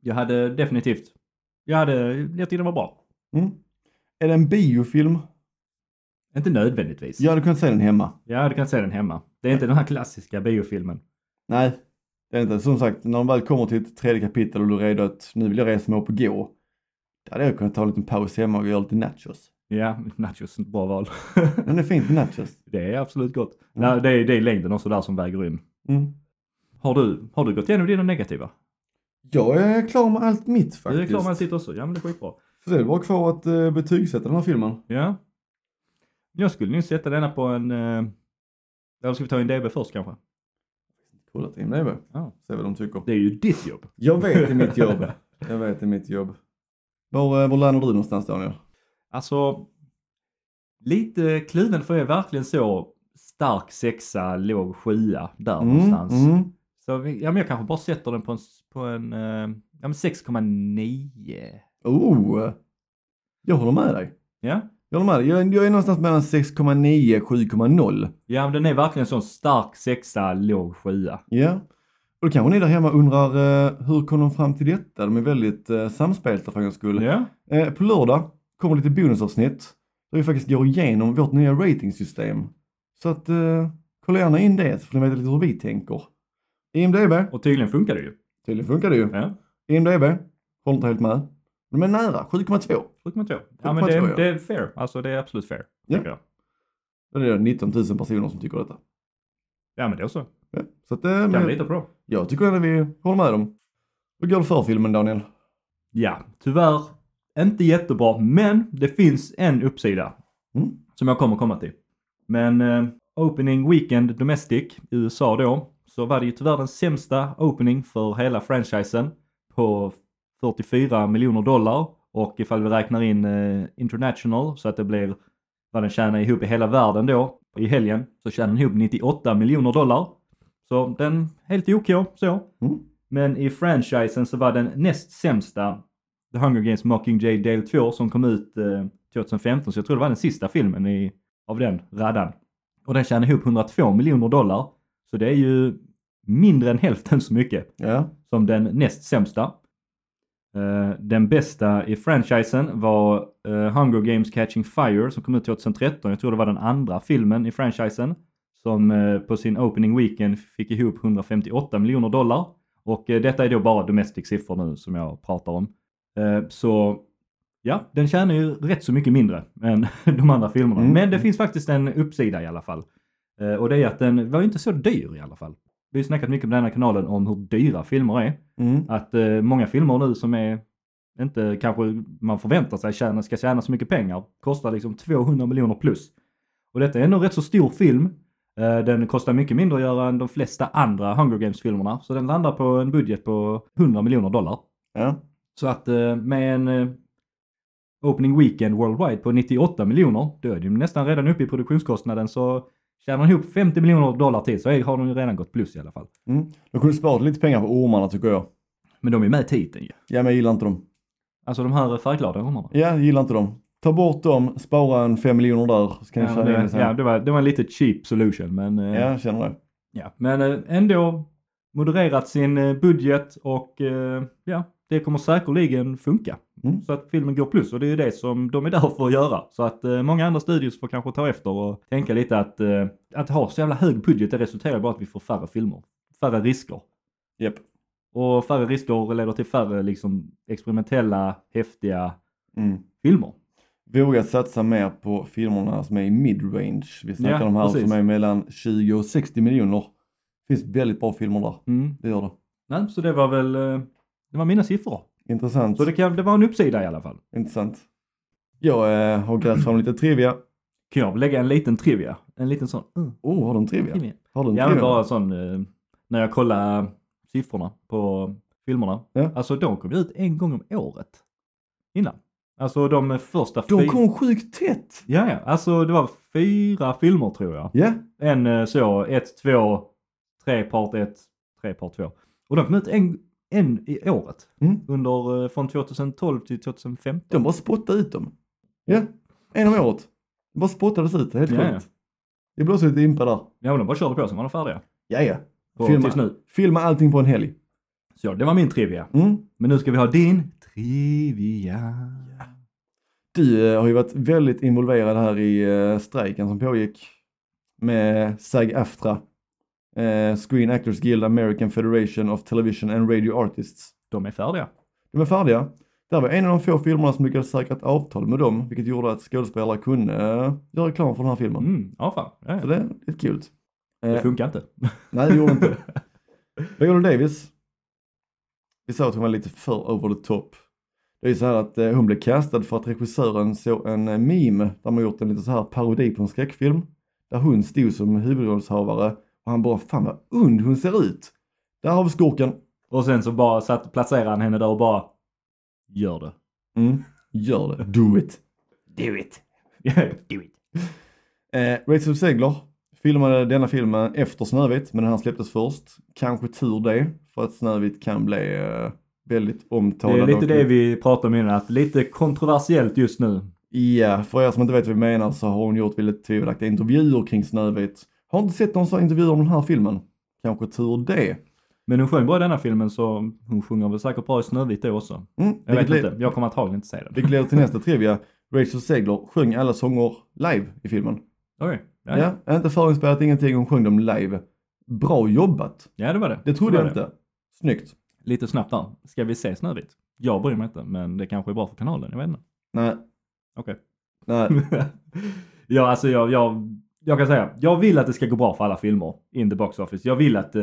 jag hade definitivt, jag hade, jag tyckte den var bra.
Mm. Är det en biofilm?
Inte nödvändigtvis.
Jag hade kunnat se den hemma.
Ja, du kan se den hemma. Det är inte den här klassiska biofilmen.
Nej, det är inte. Som sagt, när de väl kommer till ett tredje kapitel och du är redo att nu vill jag resa mig upp och gå. Där hade jag kunnat ta en liten paus hemma och göra lite nachos.
Ja, nachos, ett bra val.
Men det är fint med nachos.
det är absolut gott.
Mm.
Nej, det, är, det är längden och sådär som väger in.
Mm.
Har du, har du gått igenom dina negativa?
Jag är klar med allt mitt faktiskt.
Du är klar med sitt också? Ja, men det är skitbra.
Så det är bara kvar att eh, betygsätta den här filmen.
Ja. Jag skulle nu sätta denna på en... eh, Eller ska vi ta en DB först kanske?
Kolla till IMDB.
Ja.
Se vad de tycker.
Det är ju ditt jobb.
Jag vet i mitt jobb. Jag vet i mitt jobb. Var, eh, var landar du någonstans Daniel?
Alltså, lite kluven för jag är verkligen så stark sexa, låg sjua där någonstans.
mm.
Så vi- ja, men jag kanske bara sätter den på en, s- på en eh, ja, men 6,9.
Oh, jag håller med dig.
Ja.
Jag håller med dig. Jag, jag är någonstans mellan 6,9 och 7,0.
ja, men den är verkligen en sån stark sexa, låg sjua.
Ja. Och då kanske ni där hemma undrar eh, hur kom de fram till detta? De är väldigt eh, samspelta för en gångs skull.
Ja.
Eh, på lördag kommer lite bonusavsnitt där vi faktiskt går igenom vårt nya ratingsystem Så att eh, kolla gärna in det så får ni veta lite hur vi tänker. IMDB,
Och tydligen funkar det ju.
tydligen funkar det ju.
Ja,
IMDB, håller inte helt med. Men de är nära, 7,2.
7,2. Ja, men det,
7,2, ja.
det är fair. Alltså det är absolut fair.
Ja.
tycker jag.
Det är 19 000 personer som tycker detta.
ja men det är så.
Ja. Så att, eh,
Kan vi
men,
lita på det.
jag tycker ändå vi håller med dem. Hur går det för filmen Daniel?
Ja, tyvärr inte jättebra, men det finns en uppsida.
Mm.
Som jag kommer komma till. Men eh, Opening Weekend Domestic i USA då, så var det ju tyvärr den sämsta opening för hela franchisen på 44 miljoner dollar. Och ifall vi räknar in eh, international så att det blir vad den tjänar ihop i hela världen då i helgen så tjänar den ihop 98 miljoner dollar. Så den helt OK så.
Mm.
Men i franchisen så var den näst sämsta The Hunger Games Mockingjay del 2 som kom ut eh, 2015 så jag tror det var den sista filmen i, av den raddan. Och den tjänade ihop 102 miljoner dollar. Så det är ju mindre än hälften så mycket
Ja,
som den näst sämsta. Eh, den bästa i franchisen var eh, Hunger Games Catching Fire som kom ut 2013. Jag tror det var den andra filmen i franchisen som eh, på sin opening weekend fick ihop 158 miljoner dollar. Och eh, detta är då bara domestic siffror nu som jag pratar om. Eh, så ja, den tjänar ju rätt så mycket mindre än de andra filmerna.
Mm.
Men det finns faktiskt en uppsida i alla fall. Eh, och det är att den var ju inte så dyr i alla fall. Vi har ju snackat mycket på den här kanalen om hur dyra filmer är.
mm.
Att eh, många filmer nu som är inte kanske man förväntar sig tjäna, ska tjäna så mycket pengar kostar liksom 200 miljoner plus. Och detta är ändå en rätt så stor film. Eh, den kostar mycket mindre att göra än de flesta andra Hunger Games-filmerna. Så den landar på en budget på 100 miljoner dollar.
ja.
Så att eh, med en eh, opening weekend worldwide på 98 miljoner, då är de nästan redan uppe i produktionskostnaden. Så tjänar de ihop 50 miljoner dollar till så är- har de ju redan gått plus i alla fall.
Mm. De kunde sparat lite pengar på ormarna tycker jag.
Men de är med i titeln ju.
Ja, men jag gillar inte dem.
Alltså de här färgglada romarna.
Ja, jag gillar inte dem. Ta bort dem, spara en fem miljoner där så kan jag
Ja,
tjäna in det
det,
sen.
ja,
Ja,
det, var, det var en lite cheap solution men, eh,
jag känner det.
ja. men eh, ändå modererat sin eh, budget och eh, ja, det kommer säkerligen funka.
Mm.
Så att filmen går plus och det är ju det som de är där för att göra. Så att eh, många andra studios får kanske ta efter och tänka lite att eh, att ha så jävla hög budget det resulterar bara att vi får färre filmer, färre risker.
Japp.
Och färre risker leder till färre liksom experimentella, häftiga
Mm.
filmer.
Våga satsa mer på filmerna som är i midrange. Vi snackar
Ja,
om här
precis.
som är mellan 20 och 60 miljoner. Det finns väldigt bra filmer där.
Mm.
Det gör det.
Nej, så det var väl, eh, det var mina siffror.
Intressant.
Så det, kan, det var en uppsida i alla fall.
Intressant. Jag eh, har grävt fram lite trivia.
Kan jag lägga en liten trivia? En liten sån? Mm.
Oh, har du en trivia?
trivia.
Har du en
Ja, men
trivia?
bara en sån. eh, När jag kollar siffrorna på filmerna.
Ja.
Alltså de kom ju ut en gång om året. Innan. Alltså de första
De
fy-
kom sjukt tätt!
Ja, ja. Alltså det var fyra filmer tror jag.
Ja,
En eh, så, ett, två, tre part ett, tre part två. Och de kom ut en, en i året.
Mm.
Under, eh, från 2012 till 2015.
de bara spottade ut dem. Ja, en om året. De bara spottades ut, helt
Ja,
sjukt. Det blir också lite impad där.
Ja, men de bara körde på som var de färdiga.
Ja, ja.
På,
Filma.
tills nu.
Filma allting på en helg.
Så det var min trivia.
Mm.
Men nu ska vi ha din trivia.
Du eh, har ju varit väldigt involverad här i eh, strejken som pågick med SAG-AFTRA, eh, Screen Actors Guild, American Federation of Television and Radio Artists.
De är färdiga.
De är färdiga. Det här var en av de få filmerna som lyckades säkra ett avtal med dem, vilket gjorde att skådespelare kunde eh, göra reklam för den här filmen.
Mm, ja, fan. Ja,
Så
ja.
det är lite kul.
Det
Eh,
funkar inte.
nej, det gjorde inte. Viola Davis. Vi sa att hon var lite för over the top. Det är ju så här att eh, hon blev castad för att regissören såg en eh, meme där man gjort en liten så här parodi på en skräckfilm. Där hon stod som huvudrollshavare och han bara, fan vad ond hon ser ut. Där har vi skurken.
Och sen så bara satt, placerade han henne där och bara gör det.
Mm, gör det. Do it.
Do it. Do it.
Eh, Rachel Segler filmade denna filmen efter Snövit, men den här släpptes först. Kanske tur det, för att Snövit kan bli eh, väldigt
Det
omtalad.
är lite
och-
det vi pratade om innan, att lite kontroversiellt just nu.
Ja, för er som inte vet vad vi menar så har hon gjort väldigt tvivelaktiga intervjuer kring Snövit. Har inte sett någon sån intervju om den här filmen. Kanske tur det. Mm,
Men hon sjöng bra i denna filmen så hon sjunger väl säkert bra i Snövit då också.
Mm,
Jag vet
vilket le-
inte, jag kommer antagligen inte säga det.
Vilket leder till nästa trivia. Rachel Segler sjöng alla sånger live i filmen.
Okej. Ja, ja.
Ja, inte förinspelat, ingenting. Hon sjöng dem live. Bra jobbat!
ja, det var det.
Det trodde
var
jag inte. Snyggt.
Lite snabbt där. Ska vi se Snövit? Jag bryr mig inte, men det kanske är bra för kanalen. Jag vet inte.
Nej.
Okej.
Nej.
ja, alltså jag, jag, jag kan säga, jag vill att det ska gå bra för alla filmer in the box office. Jag vill att eh,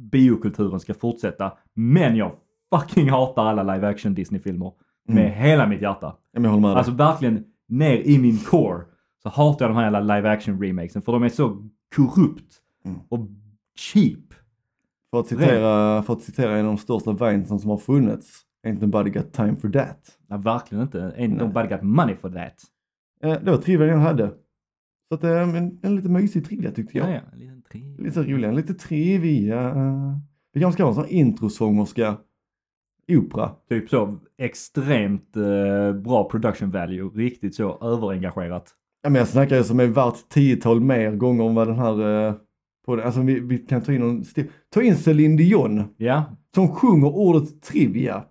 biokulturen ska fortsätta, men jag fucking hatar alla live action Disney-filmer med
Mm.
hela mitt hjärta.
Men jag håller med dig.
Alltså verkligen ner i min core så hatar jag de här jävla live action remakesen för de är så korrupt
Mm.
och cheap.
för, att citera, för att citera en av de största vinesen som har funnits. Ain't nobody got time for that.
Ja, verkligen inte. Ain't
Nej.
nobody got money for that.
Eh, det var trivia jag hade. Så att, eh, en, en lite mysig trivia tyckte jag.
Ja, ja. En liten trevlig-
Lite rolig, en lite trivia. Vi kanske ska ha en sån här introsångerska opera.
Typ så extremt eh, bra production value. Riktigt så överengagerat.
Ja, men jag snackar ju som är värt tiotal mer gånger om vad den här... Eh, på den. Alltså vi, vi kan ta in någon... stil- Ta in Celine Dion
Ja,
som sjunger ordet trivia.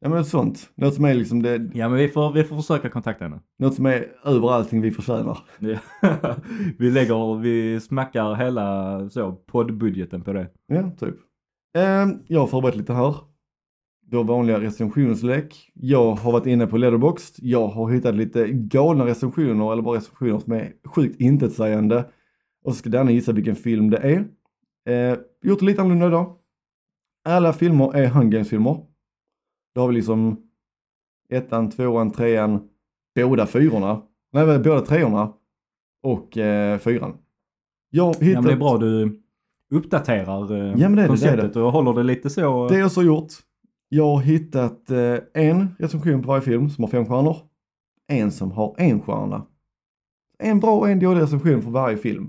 Ja men sånt. Något som är liksom det,
ja men vi får, vi får försöka kontakta henne.
något som är över allting vi förtjänar.
Ja. vi lägger, vi smackar hela så poddbudgeten på det.
Ja, typ. Ehm, jag har förberett lite här. Vår vanliga recensionslek. Jag har varit inne på Letterboxd. Jag har hittat lite galna recensioner eller bara recensioner som är sjukt intetsägande. Och så ska Danne gissa vilken film det är. Ehm, gjort det lite annorlunda idag. Alla filmer är Hunger Games-filmer. Då har vi liksom ettan, tvåan, trean, båda fyrorna. Nej, men båda treorna och eh, fyran. Jag har hittat...
Ja, men det är bra du uppdaterar eh,
Ja, men det är det,
konceptet
det är
och håller det lite så.
Det har jag så gjort. Jag har hittat eh, en recension på varje film som har fem stjärnor. En som har en stjärna. En bra och en dålig recension för varje film.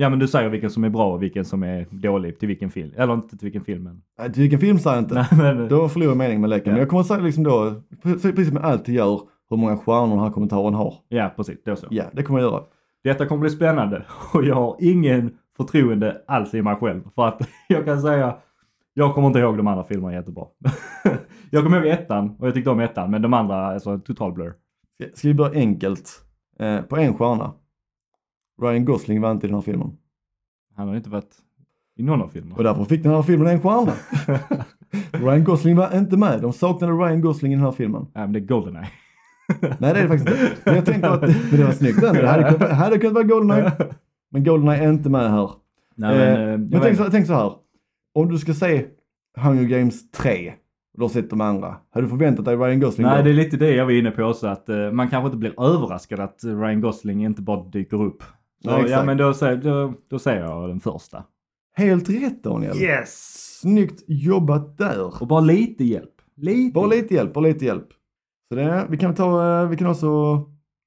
Ja men du säger vilken som är bra och vilken som är dålig till vilken film. Eller inte till vilken film men.
Nej, till Äh, vilken film säger jag inte.
Nej, men
Då förlorar jag meningen med leken.
Ja.
Men jag kommer att säga liksom då, precis precis som jag alltid gör, hur många stjärnor den här kommentaren har.
ja precis, då så.
Ja, det kommer jag göra.
Detta kommer bli spännande och jag har ingen förtroende alls i mig själv. För att jag kan säga, jag kommer inte ihåg de andra filmerna jättebra. jag kommer ihåg ettan och jag tyckte om ettan men de andra, alltså en total blur.
Ska- Ska vi börja enkelt? Eh, på en stjärna. Ryan Gosling vann till den här filmen.
Han har ju inte varit i någon av
Och
filmerna.
därför fick den här filmen en stjärna. Ryan Gosling var inte med. De saknade Ryan Gosling i den här filmen.
Nej men det är Goldeneye.
Nej det är det faktiskt inte. Men jag tänker att men det var snyggt ändå. Det hade kunnat, hade kunnat vara Goldeneye. Men Goldeneye är inte med här.
Nej Eh,
Eh,
men, eh, jag
Men
vet
tänk så, tänk så här. Om du ska se Hunger Games 3 och du har sett de andra. Hade du förväntat dig Ryan Gosling
Nej,
då?
det är lite det jag var inne på också, att eh, man kanske inte blir överraskad att Ryan Gosling inte bara dyker upp. Så,
Nej,
ja,
exakt.
men då, säger- då, då säger jag den första.
Helt rätt Daniel.
Yes!
Snyggt jobbat där.
Och bara lite hjälp. Lite.
Bara lite hjälp, bara lite hjälp. Så det, vi kan ta, eh, vi kan också,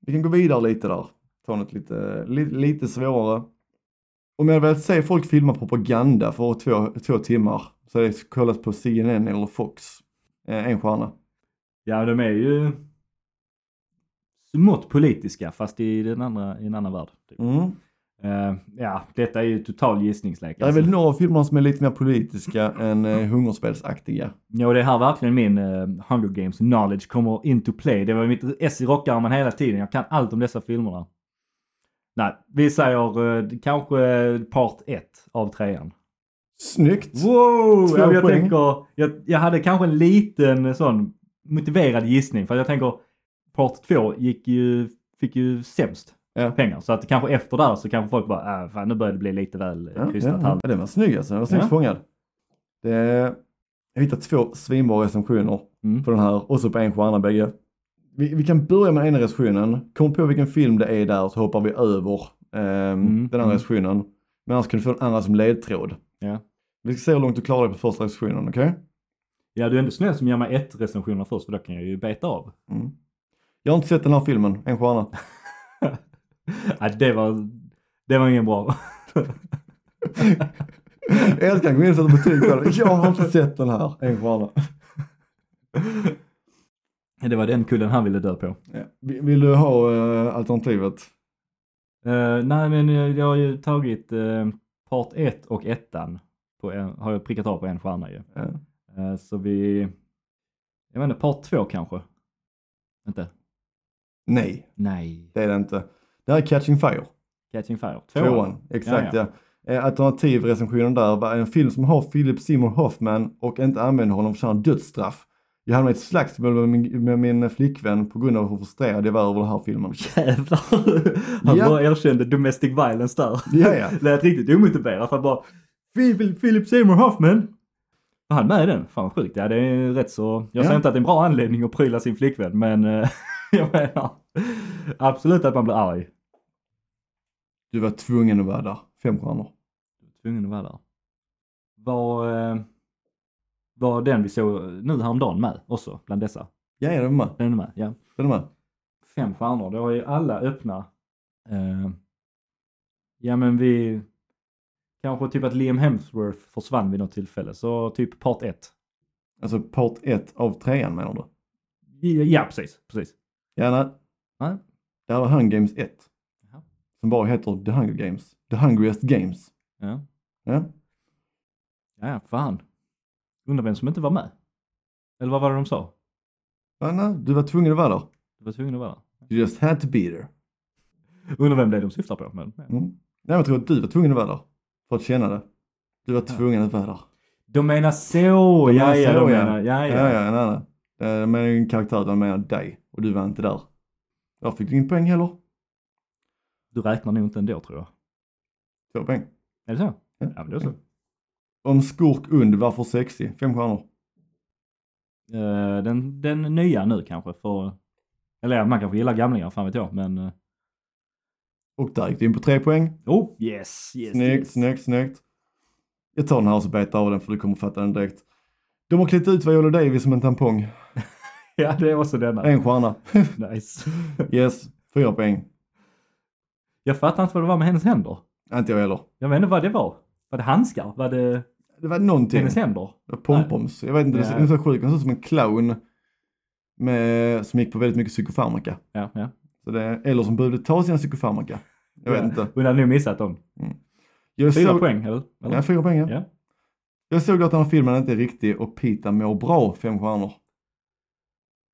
vi kan gå vidare lite där. Ta något lite, lite, lite svårare. Om jag hade velat se folk filma propaganda för två, två timmar så hade det kollats på CNN eller Fox. Eh, en stjärna.
Ja, de är ju smått politiska, fast i, den andra, i en annan värld. Typ.
Mm.
Eh, ja, detta är ju total gissningslek. alltså.
Det är väl några av filmerna som är lite mer politiska än eh, hungerspelsaktiga.
Ja, och det är här verkligen min eh, Hunger Games knowledge kommer into play. Det var mitt S i rockärmen hela tiden. Jag kan allt om dessa filmerna. Nej, vi säger eh, kanske part 1 av trean.
Snyggt!
Wow!
Två
Ja, men jag,
poäng.
tänker, jag, jag hade kanske en liten sån motiverad gissning för jag tänker part 2 gick ju, fick ju sämst
Ja.
pengar. Så att kanske efter där så kanske folk bara, äh, fan nu börjar det bli lite väl
Ja,
ja, krystat
ja,
här.
ja, den var snygg alltså. Den var snyggt
Ja.
fångad. Det, jag hittade två svinbra recensioner
Mm.
på den här och så på en stjärna bägge. Vi, vi kan börja med ena recensionen. Kom på vilken film det är där så hoppar vi över ehm,
Mm,
den andra
mm.
recensionen. Men annars kan du få den andra som ledtråd.
Ja.
Vi ska se hur långt du klarar dig på första recensionen, okej?
Ja, du är ändå snäll som ger mig ett recensioner först för då kan jag ju beta av.
Mm. Jag har inte sett den här filmen, en stjärna.
Ja, Äh, det var, det var ingen bra.
jag älskar att gå in och sätta betyg på den. Jag har inte sett den här, en stjärna.
Det var den kullen han ville dö på.
Ja. Vill vill du ha eh, alternativet?
Eh, nej, men jag, jag har ju tagit eh, part 1 och 1 på en, har jag prickat av på en stjärna ju.
Ja.
Eh, så vi, jag vet inte, part 2 kanske? Inte?
Nej,
Nej.
det är det inte. Det här är Catching Fire.
Catching Fire.
Tvåan, exakt ja. Eh, Alternativrecensionen där var en film som har Philip Seymour Hoffman och inte använder honom för att dödsstraff. Jag hamnade i ett slagsmål med min, med min flickvän på grund av hur frustrerad jag var över den här filmen.
Jävlar. Han
Ja.
bara erkände domestic violence där.
Ja, ja.
Lät riktigt omotiverat. Han bara Phil- Philip Seymour Hoffman. Var han med i den? Fan vad sjukt. Ja det är rätt så. Jag säger
Ja.
inte att det är en bra anledning att pryla sin flickvän men eh, jag menar absolut att man blir arg.
Du var tvungen att vara där. Fem stjärnor.
Tvungen att vara där. Var, eh, var den vi såg nu häromdagen med också bland dessa?
Ja, ja, den är med.
Den är med ja.
Den är med.
fem stjärnor. Då har ju alla öppna. Eh, ja men vi... Kanske typ att Liam Hemsworth försvann vid något tillfälle. Så typ part 1.
Alltså part 1 av trean menar du?
Ja precis, precis.
Ja, nej.
Nej.
Det här var Hunger Games 1.
Jaha.
Som bara heter The Hunger Games. The Hungriest Games.
Ja,
Ja.
ja ja, fan. Undrar vem som inte var med. Eller vad var det de sa?
Ja, nej, du var tvungen att vara där.
Du var tvungen att vara där.
You just had to be there.
Undrar vem det är de syftar på. Men, ja.
Mm. Nej, men jag tror att du var tvungen att vara där. För att känna det. Du var
Ja.
tvungen att vara där.
De menar så!
De
ja,
menar
ja,
så,
de
ja.
menar, ja, ja.
Ja, ja, nej, nej. Eh, Jag menar ju en karaktär, jag menar dig. Och du var inte där. Jag fick ingen poäng heller.
Du räknar nog inte ändå tror jag.
Två poäng.
Är det så? Ja, men det är så.
Om skurk und, varför sexig? Fem stjärnor.
Eh, den, den nya nu kanske för... Eller ja, man kanske gillar gamlingar, fan vet jag. Men... eh,
Och där gick du in på tre poäng.
Oh, yes, yes,
Snyggt,
yes.
snyggt, snyggt. Jag tar den här och så betar jag av den för du kommer fatta den direkt. De har klätt ut Viola Davis som en tampong.
Ja, det är också denna.
En stjärna.
Nice.
Yes, fyra poäng.
Jag fattar inte vad det var med hennes händer.
Inte jag heller.
Jag vet inte vad det var. Var det handskar? Var det
Det var någonting.
hennes händer?
Det var Pompoms. Jag vet inte, det
Ja.
är så sjukt. Hon såg ut som en clown. Med, som gick på väldigt mycket psykofarmaka.
Ja, ja.
Så det, eller som behövde ta sina psykofarmaka. Jag vet inte.
Hon hade nu missat dem.
Jag
Fyra
såg,
poäng, eller? eller?
Ja, fyra poäng. Ja.
Ja.
Jag såg att den här filmen inte är riktig och Pita mår bra, fem stjärnor.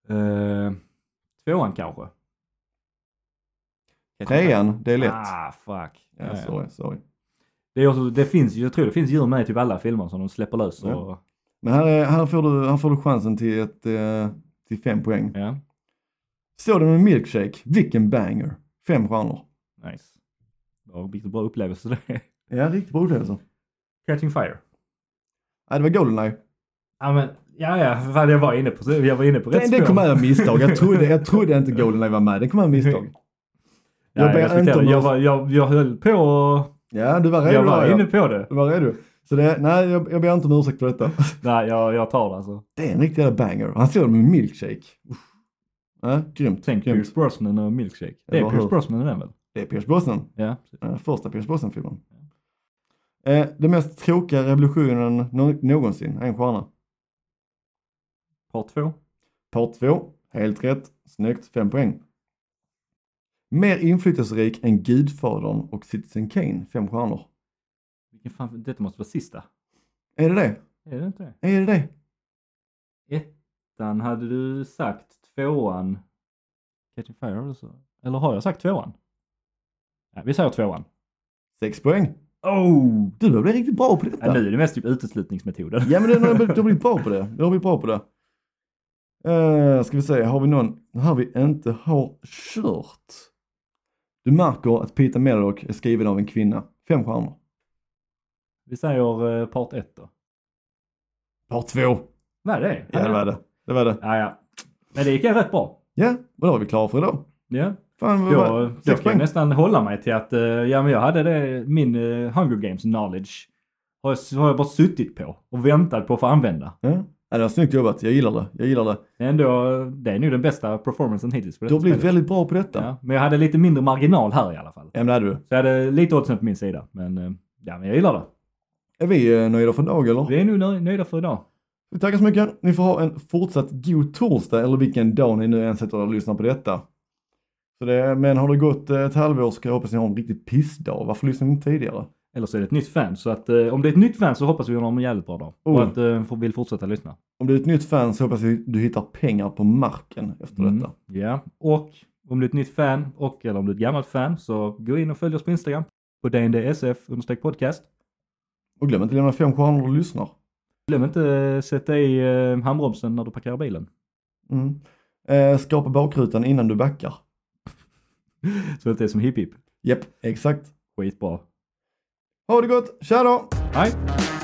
Eh, tvåan kanske?
Trean, det är lätt.
Ah, fuck. Ja,
Ja,
ja.
sorry, sorry.
Det, är också, det finns, jag tror det finns djur med i typ alla filmer som de släpper lös. Och, ja.
Men här, är, här, får du, här får du chansen till, ett, eh, till fem poäng. Såg den med milkshake? Vilken banger! Fem stjärnor.
nice. Ja, Vilken bra upplevelse det är.
Ja, riktigt bra upplevelse.
Catching Fire.
Ja, det var Goldeneye.
Ja, men, ja, ja, för fan, jag var inne på, jag var inne på rätt
Den, den kom med av misstag. Jag trodde, jag trodde inte Goldeneye var med. Den kom med av misstag.
Ja,
Jag
jag,
ber inte
respekterar
om
det. jag,
någon-
var, jag, jag höll på och
Ja, du var redo
jag var
där, ja.
inne på det.
Du var redo. Så det, nej, jag, jag ber inte om ursäkt för detta.
Nej, jag, jag tar det alltså.
Det är en riktig jävla banger. Han såg den med milkshake. Usch. Ja, grymt.
Tänk
grymt.
Pierce Brosnan och Milkshake. Det är
Eller hur?
Pierce Brosnan i den väl?
Det är Pierce Brosnan.
Ja, precis.
Eh, Första Pierce Brosnan-filmen. Eh, den mest tråkiga revolutionen nå- någonsin. En stjärna.
Part två.
Part 2. Helt rätt. Snyggt. Fem poäng. Mer inflytelserik än Gudfadern och Citizen Kane. Fem stjärnor.
Vilken fan, detta måste vara sista.
Är det det?
Är det inte det?
Är det det?
Ettan hade du sagt tvåan. Catching Fire eller så? Eller har jag sagt tvåan? Nej, vi säger tvåan.
Sex poäng.
Oh!
Du börjar bli riktigt bra på detta.
Ja, nu är det mest typ uteslutningsmetoden.
Ja men det- du har blivit- du har blivit bra på det. Du har blivit bra på det. Uh, ska vi se, har vi någon den här vi inte har kört? Du märker att Peter Mellock är skriven av en kvinna. Fem stjärnor.
Vi säger eh, part ett då.
Part två.
Nej, det är
Ja det var det. Det var det.
Ja, ja. Men det gick ju rätt bra.
Ja, och då var vi klara för idag.
Ja.
Fan, vad var
Jag,
det?
jag
Sex
ska ju
poäng.
nästan hålla mig till att eh, ja, men jag hade det, min eh, Hunger Games knowledge har jag, har jag bara suttit på och väntat på att få använda.
Ja. Ja, det var snyggt jobbat. Jag gillar det. Jag gillar det.
Det är, ändå, det är nog den bästa performancen hittills på
Du
detta
har blivit
spelet.
väldigt bra på detta. Ja,
ja, Men jag hade lite mindre marginal här i alla fall.
men det hade du.
Så jag hade lite oddsen på min sida. Men, eh, ja, men jag gillar det.
Är vi eh, nöjda för idag eller?
Vi är nog nö- nöjda för idag.
Vi tackar så mycket. Ni får ha en fortsatt god torsdag eller vilken dag ni nu än sätter och lyssnar på detta. Så det, men har det gått eh, ett halvår så kan jag hoppas ni har en riktig pissdag. Varför lyssnade ni inte tidigare?
Eller så är det ett nytt fan. Så att, eh, om det är ett nytt fan så hoppas vi att de har en jävligt bra dag. Och
Oh.
att eh, folk vill fortsätta lyssna.
Om du är ett nytt fan så hoppas jag du hittar pengar på marken efter
Mm.
detta.
Ja, och Om du är ett nytt fan och eller om du är ett gammalt fan så gå in och följ oss på Instagram på dndsf podcast.
Och glöm inte att lämna fem stjärnor och lyssnar.
Glöm inte eh, sätta i eh, handbromsen när du parkerar bilen.
Mm. Eh, skrapa bakrutan innan du backar.
Så att det är som hipp hipp.
Japp, exakt.
Skitbra.
Ha det gott, tja då!
Hej!